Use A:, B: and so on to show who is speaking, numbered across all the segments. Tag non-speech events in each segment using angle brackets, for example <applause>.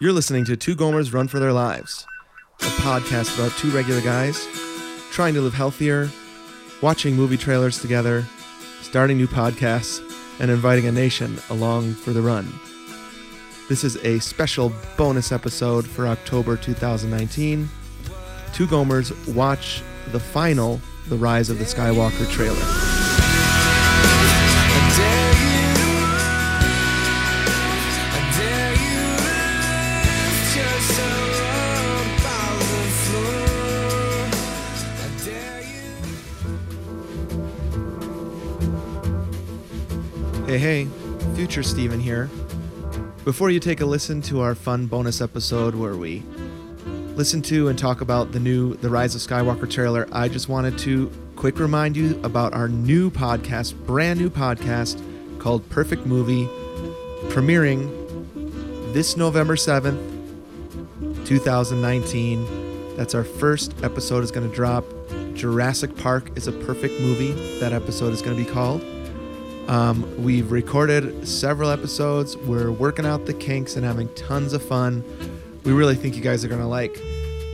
A: You're listening to Two Gomers Run for Their Lives, a podcast about two regular guys trying to live healthier, watching movie trailers together, starting new podcasts, and inviting a nation along for the run. This is a special bonus episode for October 2019. Two Gomers watch the final The Rise of the Skywalker trailer. Hey, hey, future Steven here. Before you take a listen to our fun bonus episode where we listen to and talk about the new The Rise of Skywalker trailer, I just wanted to quick remind you about our new podcast, brand new podcast called Perfect Movie, premiering this November 7th, 2019. That's our first episode is going to drop. Jurassic Park is a perfect movie. That episode is going to be called. Um, we've recorded several episodes. We're working out the kinks and having tons of fun. We really think you guys are going to like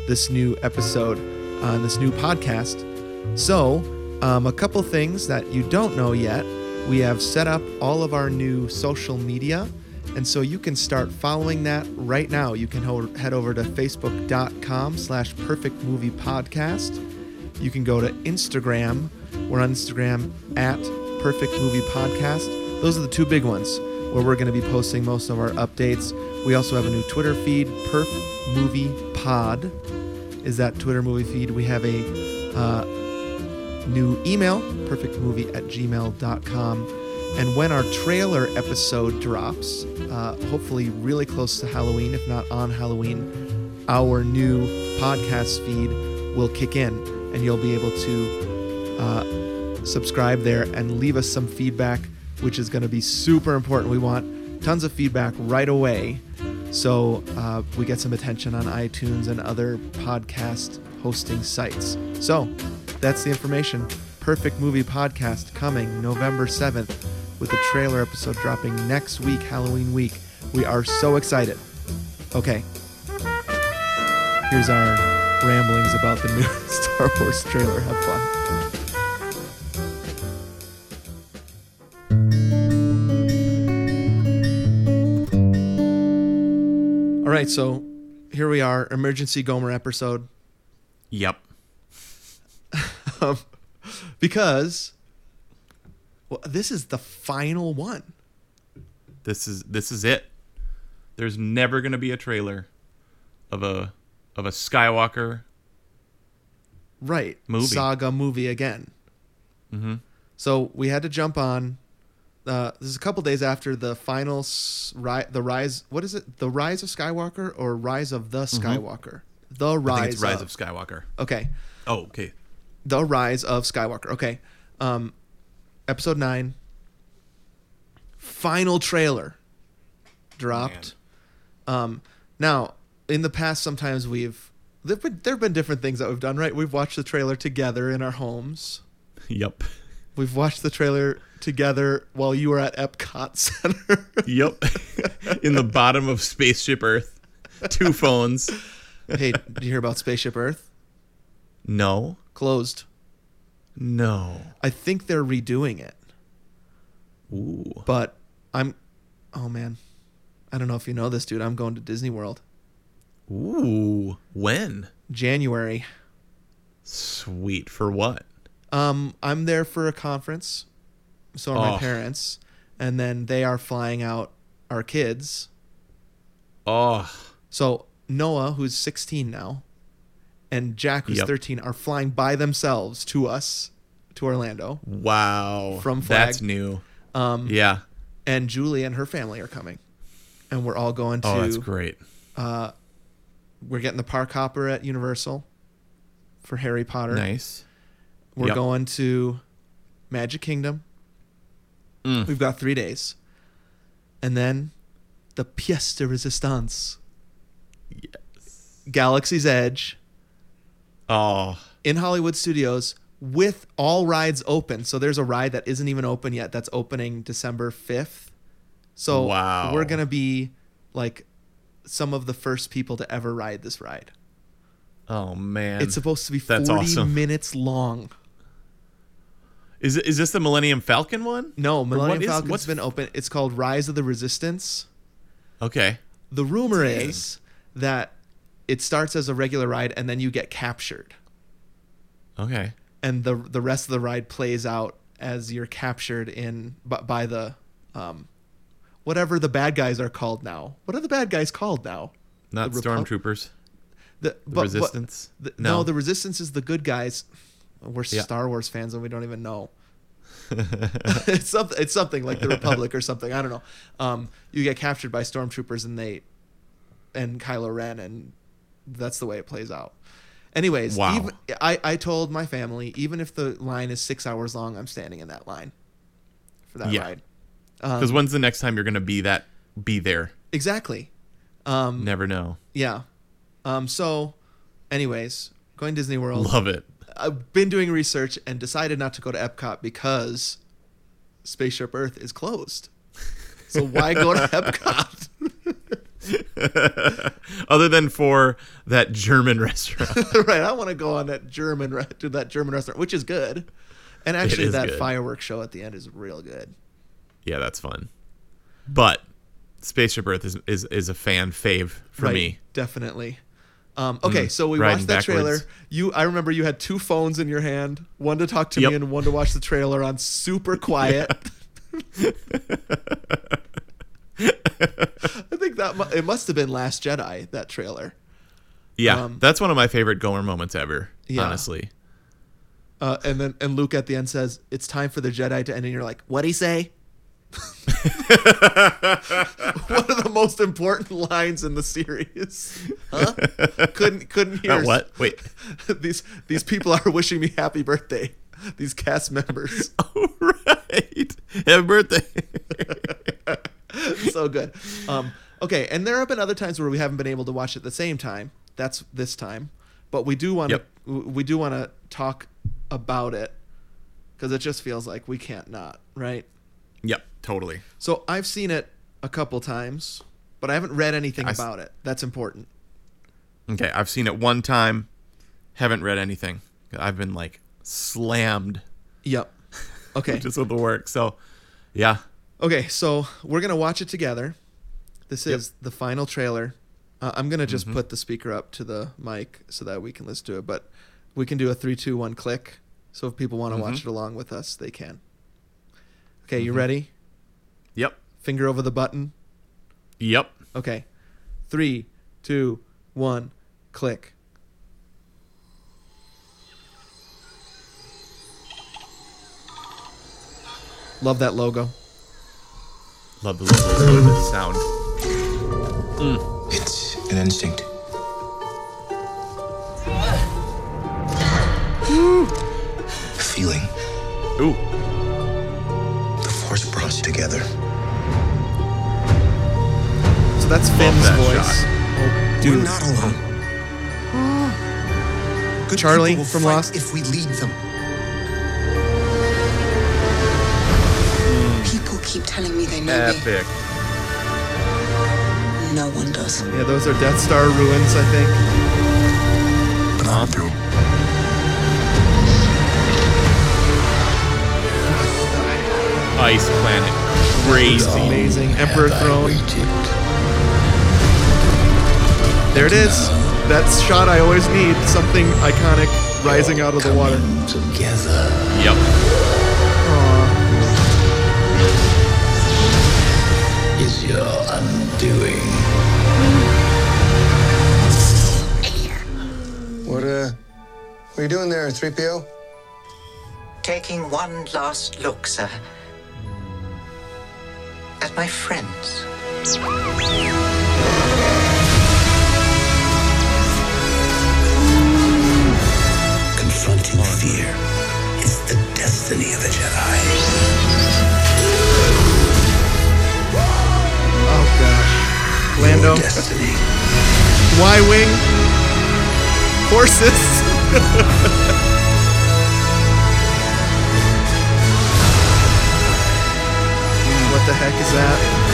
A: this new episode on this new podcast. So, um, a couple things that you don't know yet. We have set up all of our new social media. And so you can start following that right now. You can ho- head over to facebook.com slash perfect movie podcast. You can go to Instagram. We're on Instagram at Perfect Movie Podcast. Those are the two big ones where we're going to be posting most of our updates. We also have a new Twitter feed, Perf Movie Pod. Is that Twitter movie feed? We have a uh, new email, perfectmovie at gmail.com. And when our trailer episode drops, uh, hopefully really close to Halloween, if not on Halloween, our new podcast feed will kick in and you'll be able to uh, subscribe there and leave us some feedback, which is going to be super important. We want tons of feedback right away so uh, we get some attention on iTunes and other podcast hosting sites. So that's the information. Perfect Movie Podcast coming November 7th with a trailer episode dropping next week, Halloween week. We are so excited. Okay, here's our ramblings about the new <laughs> Star Wars trailer. Have fun. All right, so here we are, emergency Gomer episode. <laughs>
B: Yep.
A: um, because well, this is the final one.
B: This is this is it. There's never gonna be a trailer of a of a Skywalker.
A: Right.
B: Movie.
A: Saga movie again. Mm-hmm. So we had to jump on. Uh, this is a couple days after the final, s- ri- the rise. What is it? The rise of Skywalker or rise of the Skywalker? The
B: Mm-hmm. I
A: rise.
B: think it's Rise
A: of.
B: of Skywalker.
A: Okay.
B: Oh, okay.
A: The Rise of Skywalker. Okay. Um episode 9 final trailer dropped. Um now, in the past sometimes we've there've been, there've been different things that we've done, right? We've watched the trailer together in our homes.
B: Yep.
A: We've watched the trailer together while you were at Epcot <laughs> Center.
B: Yep. <laughs> In the bottom of Spaceship Earth. Two phones.
A: hey, did you hear about Spaceship Earth?
B: No.
A: Closed.
B: No.
A: I think they're redoing it.
B: Ooh.
A: But I'm oh man. I don't know if you know this dude. I'm going to Disney World.
B: Ooh. When?
A: January.
B: Sweet. For what?
A: Um I'm there for a conference. So are my
B: Oh.
A: parents. And then they are flying out our kids.
B: Oh.
A: So Noah, who's 16 now, and Jack, who's
B: Yep.
A: 13, are flying by themselves to us, to Orlando.
B: Wow.
A: From
B: That's
A: Flag.
B: new.
A: Um,
B: Yeah.
A: And Julie and her family are coming. And we're all going to,
B: Oh, that's great.
A: we're getting the park hopper at Universal for Harry Potter.
B: Nice.
A: We're
B: Yep.
A: going to Magic Kingdom.
B: Mm.
A: We've got three days. And then the pièce de résistance.
B: Yes.
A: Galaxy's Edge
B: Oh.
A: in Hollywood Studios with all rides open. So there's a ride that isn't even open yet that's opening December 5th. So
B: Wow.
A: we're going to be like some of the first people to ever ride this ride.
B: Oh man,
A: it's supposed to be
B: that's
A: 40
B: awesome.
A: minutes long.
B: is it- is this the Millennium Falcon one?
A: No, Millennium
B: what is-
A: Falcon's
B: what's-
A: been open. It's called Rise of the Resistance.
B: Okay.
A: The rumor is that it starts as a regular ride and then you get captured.
B: Okay.
A: and the the rest of the ride plays out as you're captured in by, by the um whatever the bad guys are called now. What are the bad guys called now?
B: Not
A: The Repu-
B: stormtroopers.
A: The,
B: The
A: but- but-
B: resistance.
A: the- no. the resistance is the good guys. We're
B: Yeah.
A: Star Wars fans and we don't even
B: <laughs>
A: know. it's something it's something like the Republic or something. I don't know. Um you get captured by stormtroopers and they and Kylo Ren and that's the way it plays out. Anyways,
B: Wow.
A: even, I, I told my family, even if the line is six hours long, I'm standing in that line for that
B: Yeah.
A: ride. Um,
B: Because when's the next time you're gonna be that be there?
A: Exactly. Um,
B: Never know.
A: Yeah. Um, so, anyways, going to Disney World.
B: Love it.
A: I've been doing research and decided not to go to Epcot because Spaceship Earth is closed. So why go
B: <laughs>
A: to Epcot? <laughs>
B: Other than for that German <laughs> restaurant.
A: right, I want to go on that German re- to that German restaurant, which is good. And actually,
B: is
A: that
B: good.
A: fireworks show at the end is real good.
B: yeah, that's fun. But Spaceship Earth is is, is a fan fave for
A: Right,
B: me. Mm.
A: Definitely. Um, okay, so we
B: riding
A: watched that trailer.
B: backwards.
A: You, I remember you had two phones in your hand, one to talk to
B: Yep.
A: me and one to watch the trailer on super quiet. <laughs> I think that mu- it must have been Last Jedi that trailer.
B: Yeah,
A: Um,
B: that's one of my favorite Gomer moments ever.
A: Yeah.
B: Honestly,
A: Uh, and then and Luke at the end says, "It's time for the Jedi to end," and you're like, "What'd he
B: <laughs>
A: say?" <laughs> One of the most important lines in the series. Huh? couldn't couldn't hear.
B: Uh, what? Wait.
A: <laughs> these these people are wishing me happy birthday. These cast
B: <laughs>
A: members.
B: Oh right. Happy birthday. <laughs>
A: <laughs> so good. Um, okay, and there have been other times where we haven't been able to watch at the same time. That's this time, but we do want to
B: Yep.
A: we do want to talk about it because it just feels like we can't not right.
B: yep, totally.
A: So I've seen it a couple times, but I haven't read anything
B: I s-
A: about it. That's important.
B: Okay, I've seen it one time. Haven't read anything. I've been like slammed
A: Yep.
B: <laughs>
A: Okay.
B: just with the work. So, yeah,
A: Okay, so we're gonna watch it together. This
B: Yep. Mm-hmm.
A: is the final trailer. Uh, I'm gonna just put the speaker up to the mic so that we can listen to it. But we can do a three, two, one click. So if people want to watch it
B: Mm-hmm.
A: along with us, they can. Okay, you ready?
B: yep,
A: Finger over the button.
B: yep.
A: Okay, three, two, one, click. Love that logo.
B: Love the little, little bit of sound.
C: It's an instinct. Feeling
B: Ooh,
C: the force brought us together.
A: So that's Finn's
B: that
A: voice. Oh,
C: We're
A: dude.
C: not alone. Good
A: Charlie
C: people will
A: from
C: fight
A: Lost.
C: If we lead them,
D: People keep telling me they know
B: epic.
D: me. No one does.
A: Yeah, those are Death Star ruins, I think.
C: but I'm through.
B: Ice planet,
A: Oh,
B: crazy.
A: Amazing. Emperor Throne. There it is. That shot I always need. Something iconic rising out of the water.
C: Together.
B: Yep.
A: Aw.
C: is your undoing.
E: What, uh, what are you doing there, 3PO?
F: Taking one last look, sir, at my friends.
C: Confronting fear is the destiny of a Jedi.
A: Oh, gosh. Lando.
C: Destiny.
A: Y Wing. <laughs> Horses. Hmm, what the heck is that?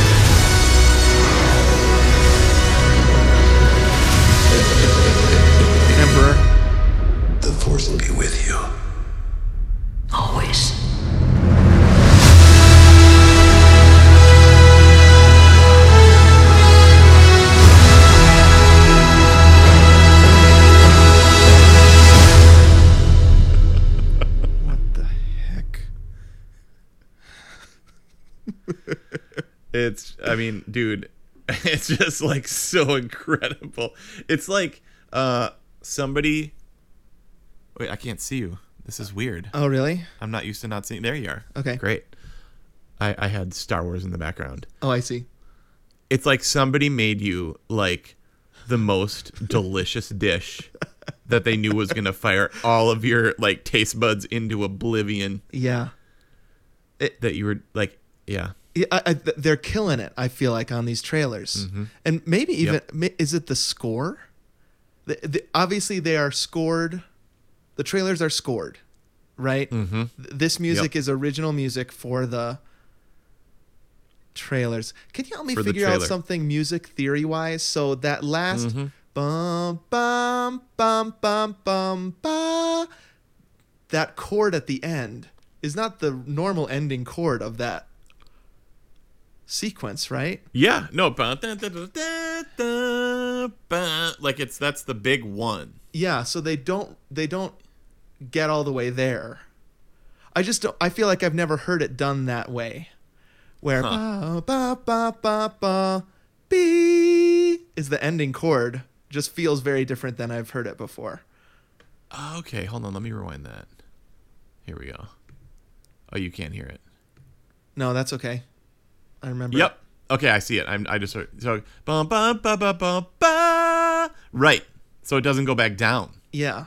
B: <laughs> It's I mean, dude, <laughs> it's just like so incredible. It's like uh somebody Wait, I can't see you. This is weird.
A: Oh, really?
B: I'm not used to not seeing. There you are.
A: Okay.
B: Great. I I had Star Wars in the background.
A: Oh, I see.
B: It's like somebody made you like
A: <laughs>
B: the most delicious dish that they knew was going to fire all of your like taste buds into oblivion
A: Yeah.
B: that you were like, yeah.
A: Yeah, I, I, th- they're killing it. I feel like on these trailers, and maybe even
B: Yep.
A: ma- is it the score? The, the, obviously, they are scored. The trailers are scored, right? Mm-hmm. This music
B: Yep.
A: is original music for the trailers. Can you help me
B: For the
A: figure out
B: trailer. Mm-hmm.
A: something music theory wise? So that last bum bum bum bum bum ba, that chord at the end is not the normal ending chord of that sequence, right?
B: Yeah, no, ba- da- da- da- da- da- ba- like it's that's the big one.
A: Yeah, so they don't they don't get all the way there. I just don't, I feel like I've never heard it done that way, where ba ba ba ba ba bee is the ending chord. Just feels very different than I've heard it before.
B: Oh, okay, hold on, let me rewind that. Here we go. Oh, you can't hear it.
A: No, that's okay. I remember.
B: Yep. Okay, I see it. I'm, I just heard. So, ba ba ba ba ba ba. Right. So it doesn't go back down.
A: Yeah.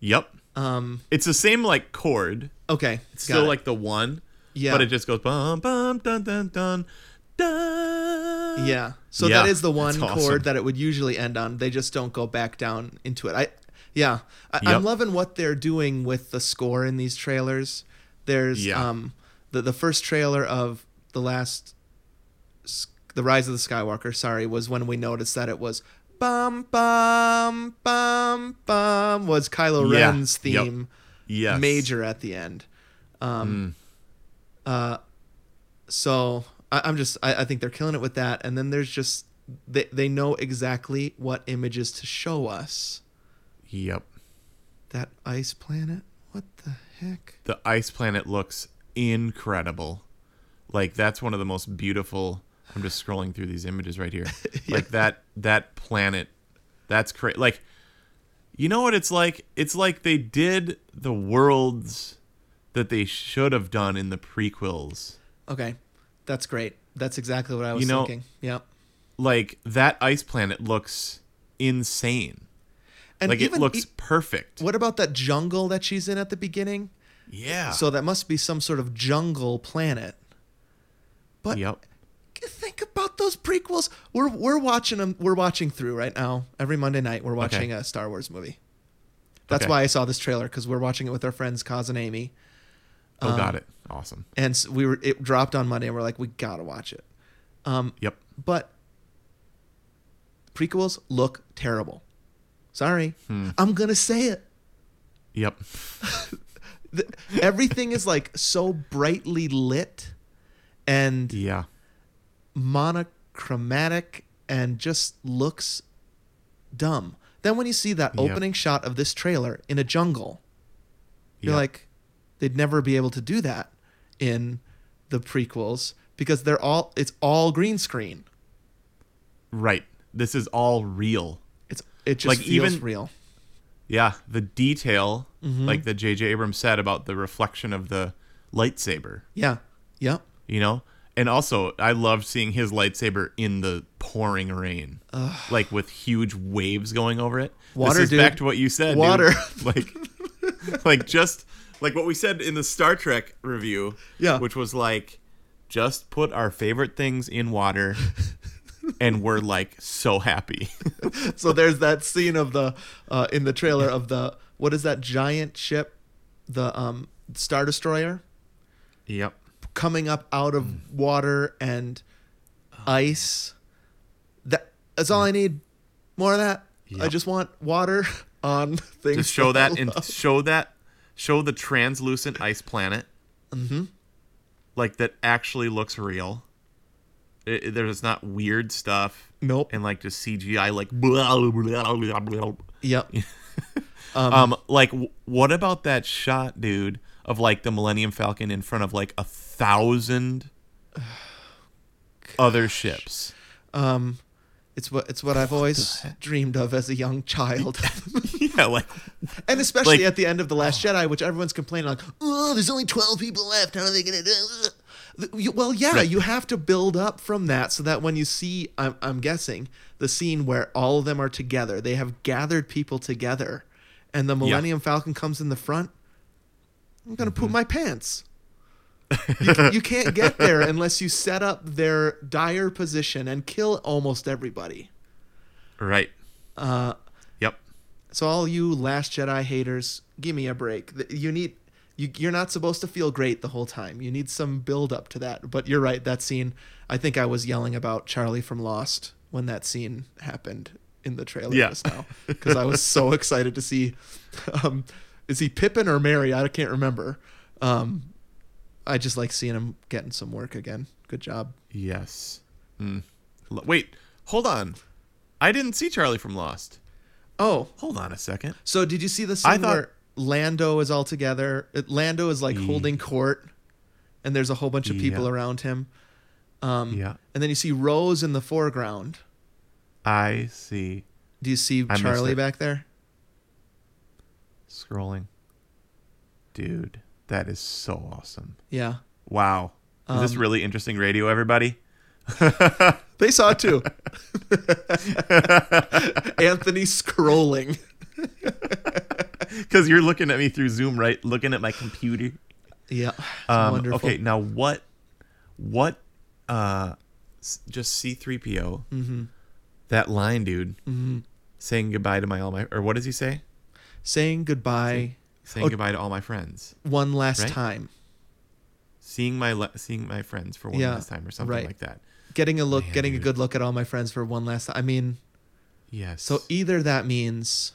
B: Yep.
A: Um.
B: It's the same like chord.
A: Okay.
B: It's
A: got
B: still
A: it.
B: like the one.
A: Yeah.
B: But it just goes bum bum dun dun dun dun.
A: Yeah. So
B: Yeah,
A: that is the one
B: that's awesome.
A: chord that it would usually end on. They just don't go back down into it. I yeah. I,
B: Yep.
A: I'm loving what they're doing with the score in these trailers. There's
B: Yeah.
A: um the the first trailer of the last S- the Rise of the Skywalker, sorry, was when we noticed that it was bum bum bum bum was Kylo
B: Yeah.
A: Ren's
B: Yep.
A: theme
B: Yes.
A: major at the end. Um,
B: Mm.
A: uh, so I, I'm just I, I think they're killing it with that. And then there's just they they know exactly what images to show us.
B: Yep.
A: That ice planet. What the heck?
B: the ice planet looks incredible. Like that's one of the most beautiful. I'm just scrolling through these images
A: <laughs>
B: right here. Like that that planet, that's crazy. Like, you know what it's like? It's like they did the worlds that they should have done in the prequels.
A: Okay, that's great. That's exactly what I was
B: You know-
A: thinking. Yeah.
B: Like that ice planet looks insane.
A: And
B: like
A: even,
B: it
A: e-
B: looks perfect.
A: what about that jungle that she's in at the beginning?
B: yeah.
A: So that must be some sort of jungle planet. But
B: yep.
A: You think about those prequels. We're we're watching them. We're watching through right now. Every Monday night, we're watching
B: Okay.
A: a Star Wars movie. That's
B: Okay.
A: why I saw this trailer because we're watching it with our friends Kaz and Amy,
B: Oh,
A: um,
B: got it. Awesome.
A: and s- we were it dropped on Monday, and we're like, we gotta watch it.
B: Yep.
A: But prequels look terrible. Sorry,
B: Hmm.
A: I'm gonna say it.
B: Yep.
A: Th- Everything is like so brightly lit, and
B: Yeah.
A: monochromatic and just looks dumb. Then when you see that
B: Yep.
A: opening shot of this trailer in a jungle, you're
B: Yep.
A: like, they'd never be able to do that in the prequels because they're all it's all green screen.
B: Right. This is all real.
A: It's it just
B: Like,
A: feels
B: even-
A: real.
B: Yeah, the detail,
A: Mm-hmm.
B: like that J.J. Abrams said about the reflection of the lightsaber,
A: Yeah. Yep.
B: you know? And also, I loved seeing his lightsaber in the pouring rain, like with huge waves going over it.
A: Water,
B: this is
A: dude.
B: back to what you said. dude.
A: Water.
B: <laughs> Like, like just like what we said in the Star Trek review,
A: Yeah.
B: which was like, just put our favorite things
A: <laughs>
B: in water, and we're like so happy.
A: <laughs> So there's that scene of the uh, in the trailer of the what is that giant ship, the um, star destroyer.
B: yep.
A: coming up out
B: Mm.
A: of water and
B: Oh.
A: ice. That that's all I need. More of that. I
B: Yep.
A: just want water <laughs> on things.
B: Just show
A: I
B: that and
A: love.
B: show that show the translucent ice planet. Mm-hmm. Like that actually looks real. It, it- there's not weird stuff.
A: <laughs> Nope.
B: And like just CGI, like blah blah blah blah. blah.
A: Yep.
B: <laughs> Um, like w- what about that shot, <sighs> dude, of like the Millennium Falcon in front of like a thousand other <laughs> ships.
A: It's what it's what I've
B: <laughs>
A: always dreamed of as a young child,
B: yeah, like
A: and especially
B: Like- oh.
A: at the end of the Last Jedi, which everyone's complaining like, "Oh, there's only twelve people left. How are they gonna do?" it?" Th- you- Well, yeah,
B: Right.
A: you have to build up from that so that when you see, I'm, I'm guessing, the scene where all of them are together, they have gathered people together, and the Millennium Falcon comes in the front. I'm gonna
B: Mm-hmm.
A: poop my pants. you, you can't get there
B: <laughs>
A: unless you set up their dire position and kill almost everybody.
B: right. Uh, yep.
A: So all you Last Jedi haters, give me a break. Th- You need you, you're not supposed to feel great the whole time. You need some build up to that. But you're right. That scene, I think I was yelling about Charlie from Lost when that scene happened in the trailer
B: Yeah.
A: just now because I was so excited to see. Um, is he Pippin or Mary? I can't remember. Um, I just like seeing him getting some work again. Good job.
B: Yes. Mm. Lo- Wait, hold on. I didn't see Charlie from Lost.
A: Oh,
B: Hold on a second.
A: So did you see the scene
B: I thought-
A: where Lando is all together? uh, Lando is like holding court, and there's a whole bunch of people
B: Yeah.
A: around him.
B: yeah,
A: And then you see Rose in the foreground.
B: I see.
A: Do you see
B: missed
A: Charlie
B: it.
A: back there?
B: Scrolling. Dude, that is so awesome.
A: Yeah,
B: Wow. Is this really interesting radio, everybody?
A: they saw it
B: <laughs>
A: too. Anthony scrolling.
B: Because you're looking at me through Zoom, right? Looking at my computer.
A: Yeah, it's
B: Um,
A: wonderful.
B: Okay, now what? What? Uh, s- just C three PO. That line, dude, saying goodbye to my all my or what does he say?
A: Saying goodbye
B: Saying
A: Oh.
B: goodbye to all my friends,
A: one last
B: Right?
A: time.
B: seeing my le- seeing my friends for one
A: Yeah,
B: last time or something
A: right.
B: like that.
A: Getting a look,
B: Man,
A: getting
B: dude.
A: a good look at all my friends for one last. I mean,
B: Yes.
A: So either that means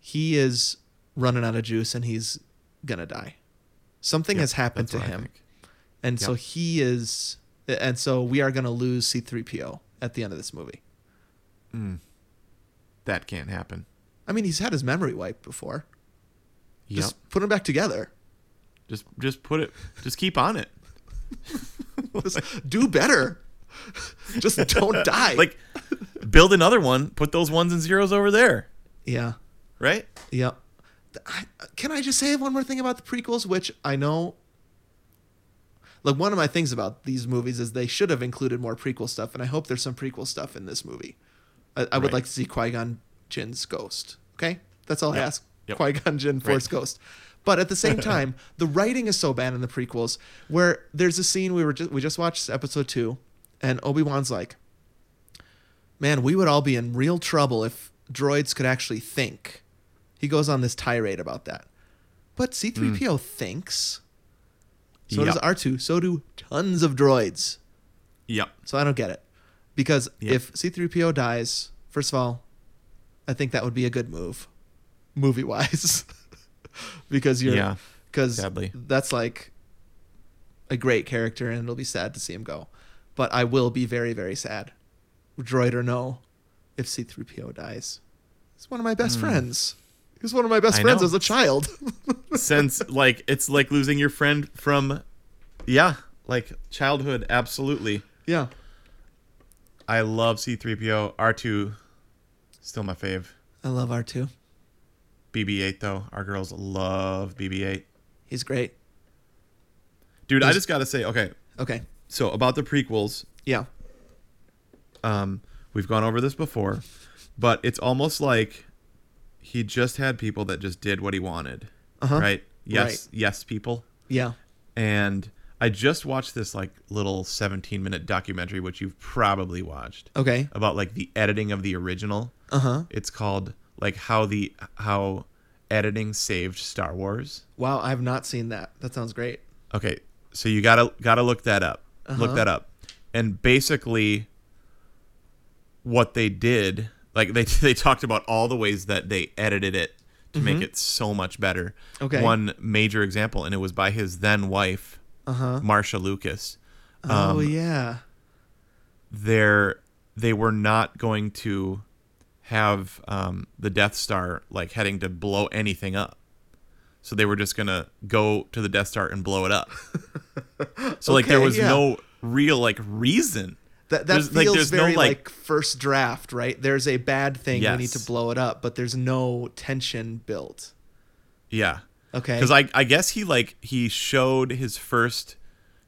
A: he is running out of juice and he's gonna die. Something
B: Yep,
A: has happened
B: that's
A: to
B: what I
A: him.
B: think.
A: And so
B: Yep.
A: he is and so we are gonna lose C three PO at the end of this movie.
B: That can't happen.
A: I mean he's had his memory wiped before.
B: Yep.
A: Just
B: Just
A: put him back together. <laughs>
B: just, put it. Just keep on it.
A: Just do better. <laughs> Just
B: <laughs>
A: don't die.
B: Like build another one. Put those ones and zeros over there.
A: Yeah.
B: Right.
A: Yep. Th- I- Can I just say one more thing about the prequels, which I know. Like one of my things about these movies is they should have included more prequel stuff, and I hope there's some prequel stuff in this movie. I, I would
B: Right.
A: like to see Qui Gon Jinn's ghost. Okay, that's all I
B: Yep.
A: ask.
B: Yep.
A: Qui Gon Jinn Force Ghost. But at the same time, the writing is so bad in the prequels. Where there's a scene we were just we just watched episode two, and Obi Wan's like, man, we would all be in real trouble if droids could actually think. He goes on this tirade about that. But C3PO thinks. So does
B: Yep.
A: R2. So do tons of droids.
B: Yep.
A: So I don't get it. Because
B: Yep.
A: if C3PO dies, first of all, I think that would be a good move, movie wise. <laughs> because you're.
B: Yeah,
A: Because
B: sadly.
A: that's like a great character and it'll be sad to see him go. But I will be very, very sad, droid or no, if C3PO dies. He's one of my best friends. He was one of my best
B: Hmm. I
A: friends
B: know.
A: as a child. <laughs>
B: Since like it's like losing your friend from, yeah, like childhood. Absolutely.
A: yeah.
B: I love C3PO. R2, still my fave.
A: I love R2.
B: BB8 though, our girls love BB8.
A: He's great.
B: Dude, I just gotta say, okay,
A: Okay.
B: so about the prequels,
A: Yeah.
B: um, we've gone over this before, but it's almost like he just had people that just did what he wanted, right? Yes, yes, people.
A: Yeah.
B: And I just watched this like little 17 minute documentary, which you've probably watched.
A: Okay.
B: about like the editing of the original.
A: Uh-huh.
B: It's called like how the how editing saved Star Wars.
A: Wow. I've not seen that. That sounds great.
B: Okay, so you gotta gotta look that up. Look that up. And basically, what they did, like they <laughs> they talked about all the ways that they edited it to make it so much better.
A: Okay.
B: One major example, and it was by his then wife, uh-huh. Marsha Lucas.
A: Oh, yeah.
B: they're they were not going to have um, the Death Star like heading to blow anything up.
A: <laughs>
B: So they were just gonna go to the Death Star and blow it up. so like there
A: Okay,
B: was
A: yeah.
B: no real like reason.
A: That, that
B: There's,
A: feels
B: like, there's no,
A: very
B: like-
A: like, first draft, right? There's a bad thing we need
B: Yes.
A: to blow it up, but there's no tension built.
B: Yeah.
A: Okay.
B: Because I I guess he like he showed his first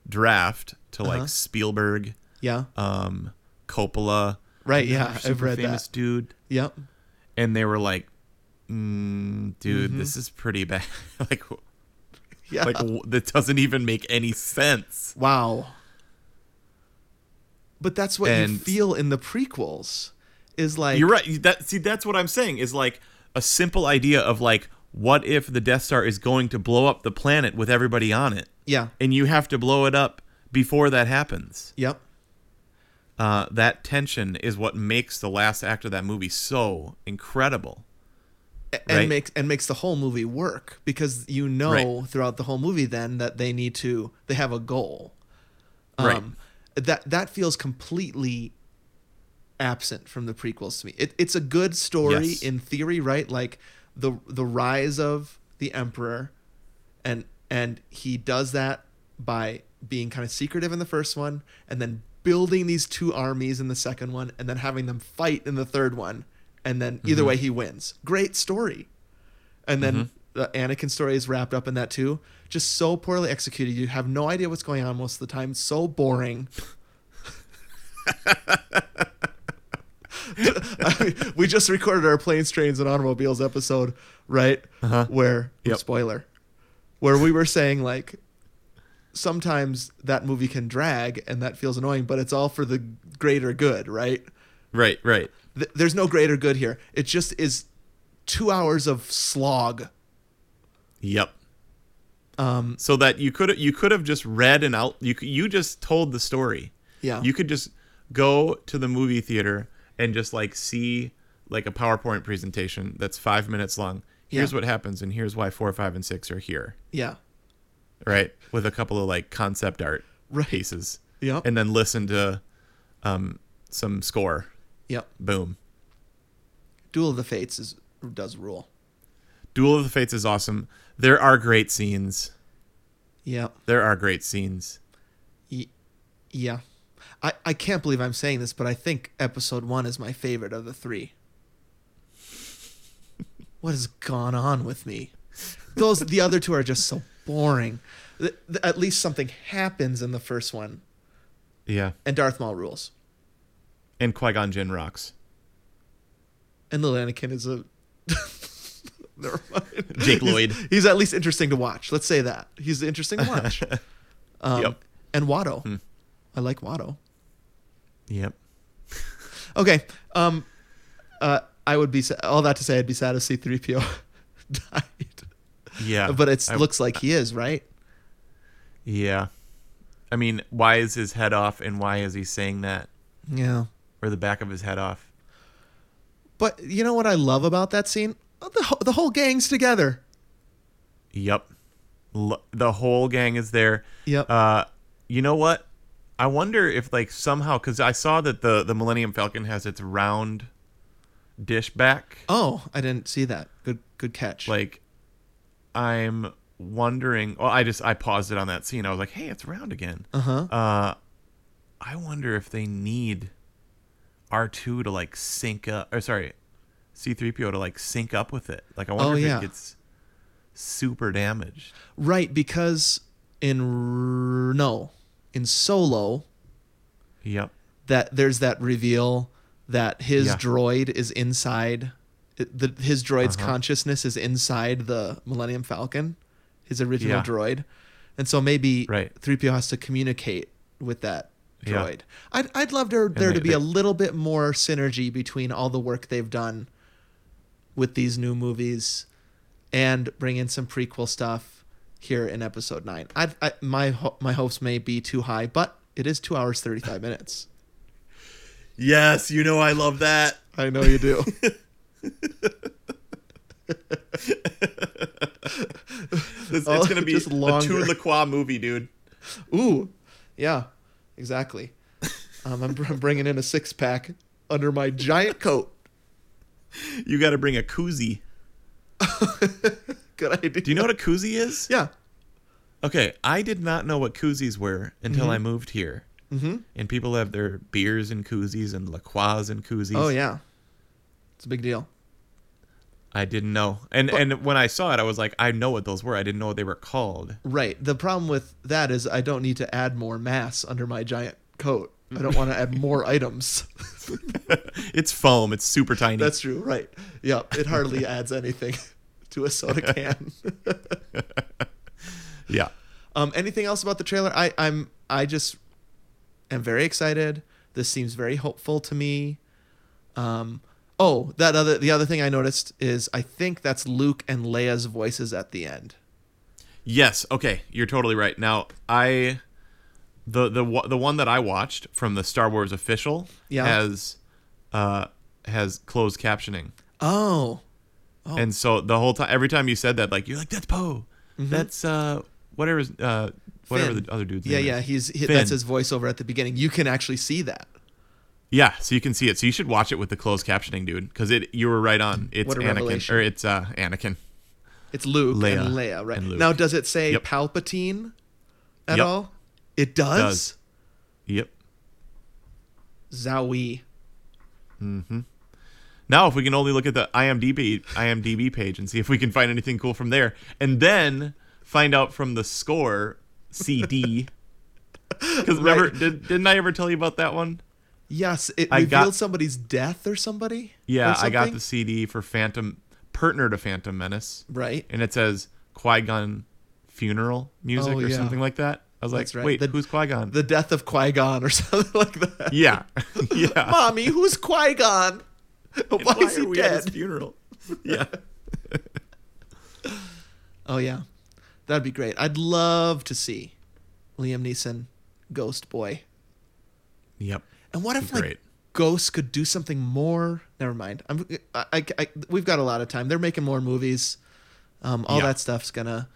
B: draft to
A: Uh-huh.
B: like Spielberg,
A: yeah.
B: um, Coppola,
A: Right, yeah,
B: super
A: I've read
B: famous
A: that.
B: dude,
A: yep.
B: and they were like, mm,
A: Mm-hmm.
B: "Dude, this is pretty bad. <laughs> like,
A: Yeah.
B: like w- that doesn't even make any sense."
A: wow. But that's what you
B: And-
A: feel in the prequels is like
B: You're right. You- That see, that's what I'm saying is like a simple idea of like, what if the Death Star is going to blow up the planet with everybody on it,
A: Yeah.
B: and you have to blow it up before that happens.
A: Yep.
B: Uh, that tension is what makes the last act of that movie so incredible.
A: A- and
B: Right.
A: makes and makes the whole movie work because you know throughout the whole movie then that they need to they have a goal. Um,
B: Right.
A: that that feels completely absent from the prequels to me. It, it's a good story
B: Yes.
A: in theory, right? Like the the rise of the emperor, and and he does that by being kind of secretive in the first one, and then building these two armies in the second one, and then having them fight in the third one, and then either way he wins. Great story, and then. The Anakin story is wrapped up in that too. Just so poorly executed. You have no idea what's going on most of the time. So boring. <laughs> I mean, we just recorded our planes, trains, and automobiles episode, right? Where spoiler, where we were saying like sometimes that movie can drag and that feels annoying, but it's all for the greater good, right?
B: Right, right.
A: Th- there's no greater good here. It just is two hours of slog.
B: Yep. Um, so that you could you could have just read and out you c- you just told the story.
A: Yeah.
B: You could just go to the movie theater and just like see like a PowerPoint presentation that's five minutes long. Here's
A: Yeah.
B: what happens, and here's why four, five, and six are here,
A: Yeah,
B: right? With a couple of like concept art
A: Right.
B: pieces.
A: Yep.
B: And then listen to um, some score.
A: yep.
B: Boom.
A: Duel of the Fates is does rule.
B: Duel of the Fates is awesome. There are great scenes.
A: Yeah,
B: There are great scenes.
A: Y- yeah. I I can't believe I'm saying this, but I think episode one is my favorite of the three. what has gone on with me? Those the other two are just so boring. Th- th- at least something happens in the first one,
B: Yeah.
A: and Darth Maul rules,
B: And Qui Gon Jinn rocks.
A: and Lil Anakin is a. <laughs> Never mind.
B: <laughs> Jake Lloyd.
A: He's at least interesting to watch. Let's say that he's interesting to watch. Um,
B: Yep.
A: And Watto, I like Watto.
B: Yep.
A: Okay. Um, uh, I would be sa- all that to say. I'd be sad if C three PO <laughs> died,
B: Yeah.
A: but it's
B: I-
A: looks like he is right.
B: Yeah. I mean, why is his head off and why is he saying that?
A: Yeah.
B: Or the back of his head off?
A: But you know what I love about that scene? Uh, The ho- the whole gang's together.
B: Yep. L- the whole gang is there.
A: Yep.
B: Uh, you know what? I wonder if like somehow cuz I saw that the the Millennium Falcon has its round dish back.
A: oh, I didn't see that. Good good catch.
B: Like I'm wondering, well I just I paused it on that scene. I was like, "Hey, it's round again." Uh,
A: uh-huh.
B: I wonder if they need R2 to like sync up or sorry, C3PO to like sync up with it. Like I wonder
A: Oh,
B: if
A: yeah.
B: it gets super damaged.
A: right, because in R- no, in Solo,
B: Yep.
A: that there's that reveal that his
B: Yeah.
A: droid is inside it- the, his droid's
B: Uh-huh.
A: consciousness is inside the Millennium Falcon, his original
B: Yeah.
A: droid. And so maybe
B: Right.
A: 3PO has to communicate with that
B: Yeah.
A: droid. I'd, I'd love there, there to
B: they-
A: be
B: they-
A: a little bit more synergy between all the work they've done with these new movies and bring in some prequel stuff here in episode 9. I'd, I, my, ho- my hopes may be too high, but it is 2 hours 35 minutes.
B: Yes, you know I love that.
A: I know you
B: <laughs>
A: do.
B: It's,
A: Oh, <laughs>
B: it's gonna be
A: just
B: a
A: longer.
B: two LaCroix movie, dude.
A: Ooh, yeah, exactly. Um, I'm, I'm bringing in a six pack under my giant coat.
B: You got to bring a koozie.
A: Good idea.
B: Do you know what
A: <laughs>
B: a koozie is?
A: Yeah. Mm-hmm.
B: Okay, I did not know what koozies were until I moved here. and people have their beers and koozies and LaCroix and koozies.
A: Oh yeah, it's a big deal.
B: I didn't know. And and when I saw it, I was like, I know what those were. I didn't know what they were called. <laughs>
A: Right. The problem with that is I don't need to add more mass under my giant coat. I don't want to add
B: <laughs>
A: more items.
B: It's foam. It's super tiny.
A: That's true. Right. Yep. It hardly adds anything <laughs> to a
B: <laughs>
A: soda can.
B: yeah.
A: Um, anything else about the trailer? I, I'm I just am very excited. This seems very hopeful to me. Um, oh, that other the other thing I noticed is I think that's Luke and Leia's voices at the end.
B: Yes. Okay. You're totally right. Now I, the the wa- the one that I watched from the Star Wars official
A: Yeah.
B: has, uh, has closed captioning,
A: Oh,
B: and so the whole time, every time you said that, like you're like, that's Poe. That's uh, whatever. is- Uh, whatever
A: Mm-hmm. Finn.
B: the other dude's
A: Yeah,
B: name
A: yeah.
B: is.
A: He's he,
B: Finn.
A: that's his voiceover at the beginning. You can actually see that.
B: Yeah, so you can see it. So you should watch it with the closed captioning, dude, because it you were right on. It's
A: What a
B: Anakin
A: revelation.
B: or it's uh, Anakin.
A: It's Luke
B: Leia
A: and Leia, right?
B: and Luke.
A: Now, does it say
B: Yep.
A: Palpatine at
B: Yep.
A: all? It does.
B: Does. Yep.
A: Zowie.
B: Now, if we can only look at the IMDb IMDb page and see if we can find anything cool from there, and then find out from the score
A: <laughs>
B: CD. Because remember,
A: Right.
B: did, didn't I ever tell you about that one?
A: Yes, it
B: I
A: revealed
B: got-
A: somebody's death or somebody.
B: Yeah,
A: or
B: I got
A: something.
B: the CD for Phantom, partner to Phantom Menace,
A: Right.
B: and it says Qui Gon funeral music
A: Oh,
B: or
A: yeah.
B: something like that. I was like,
A: That's right.
B: wait,
A: The-
B: who's Qui Gon?
A: The death of Qui Gon or <laughs> something like that. <laughs>
B: yeah, <laughs> yeah.
A: Mommy, who's Qui Gon? Why
B: <laughs> Why
A: is
B: are
A: he
B: we at his
A: dead? <laughs>
B: funeral? yeah.
A: Oh yeah, that'd be great. I'd love to see Liam Neeson, Ghost Boy.
B: Yep.
A: And what if like
B: Great.
A: ghosts could do something more? Never mind. I'm, I, I, I- we've got a lot of time. They're making more movies. Um, all
B: Yeah.
A: that stuff's gonna.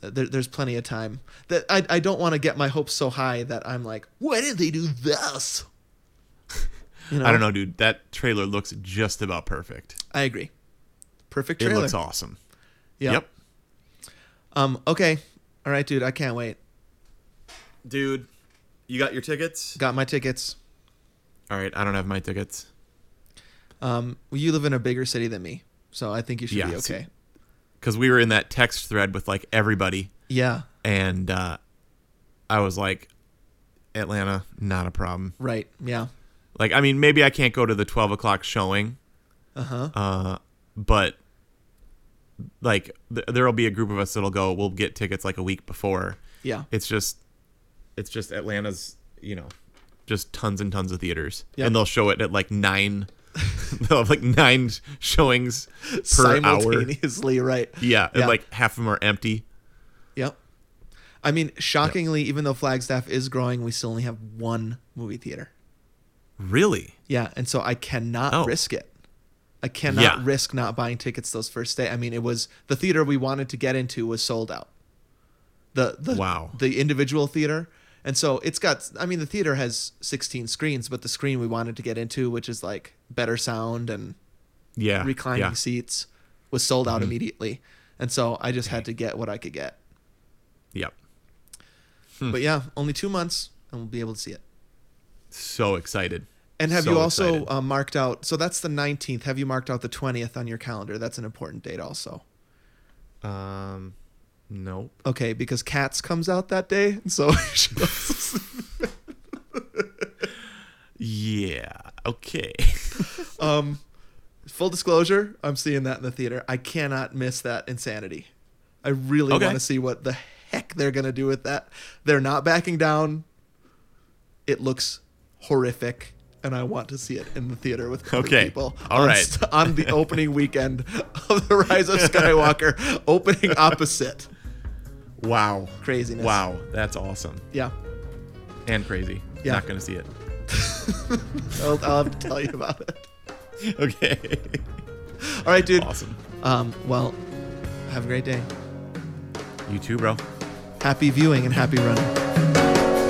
A: There, there's plenty of time. That I, I don't want to get my hopes so high that I'm like, why did they do this? You
B: I don't know, dude. That trailer looks just about perfect.
A: I agree. Perfect
B: It
A: trailer.
B: looks awesome.
A: Yeah.
B: Yep.
A: Um. Okay. All right, dude. I can't wait.
B: Dude, you got your tickets?
A: Got my tickets.
B: All right, I don't have my tickets.
A: Um. Well, you live in a bigger city than me, so I think you should
B: Yeah,
A: be
B: so-
A: okay.
B: Because we were in that text thread with like everybody,
A: yeah.
B: and uh, I was like, Atlanta, not a problem.
A: Right. Yeah.
B: Like, I mean, maybe I can't go to the 12 o'clock showing. Uh-huh. Uh, but, like, th- there'll be a group of us that'll go, we'll get tickets like a week before.
A: Yeah.
B: It's just, it's just Atlanta's, you know, just tons and tons of theaters.
A: Yep.
B: And they'll show it at like nine, <laughs> they'll have like nine showings per hour.
A: Simultaneously. Right.
B: <laughs> Yeah. And
A: Yeah.
B: like half of them are empty.
A: Yep. I mean, shockingly, even though Flagstaff is growing, we still only have one movie theater.
B: Really?
A: Yeah, and so I cannot
B: Oh.
A: risk it. I cannot
B: Yeah.
A: risk not buying tickets those first day. I mean, it was the theater we wanted to get into was sold out. The the
B: Wow.
A: the individual theater. And so it's got I mean, the theater has 16 screens, but the screen we wanted to get into, which is like better sound and
B: Yeah.
A: reclining
B: yeah. Mm-hmm.
A: seats, was sold out immediately. And so I just had to get what I could get.
B: Yep. Hmm.
A: But yeah, only 2 months and we'll be able to see it.
B: So excited.
A: And have
B: So
A: you also
B: excited.
A: uh, marked out? So that's the 19th. Have you marked out the 20th on your calendar? That's an important date, also. uh,
B: Um, nope.
A: Okay, because Cats comes out that day, <laughs> and so
B: Yeah. Okay.
A: full disclosure, I'm seeing that in the theater. I cannot miss that insanity. I really
B: Okay.
A: want to see what the heck they're gonna do with that. They're not backing down. It looks horrific, and I want to see it in the theater with other
B: Okay.
A: people.
B: All
A: on
B: right.
A: st- on the opening weekend of the Rise
B: <laughs>
A: of Skywalker, opening opposite.
B: <laughs> wow.
A: Craziness.
B: Wow. That's awesome.
A: Yeah.
B: And crazy.
A: Yeah.
B: Not gonna see it.
A: I'll, I'll have to tell you about it.
B: <laughs> Okay.
A: All right, dude.
B: awesome.
A: Um, well, have a great day.
B: You too, bro.
A: Happy viewing and happy running.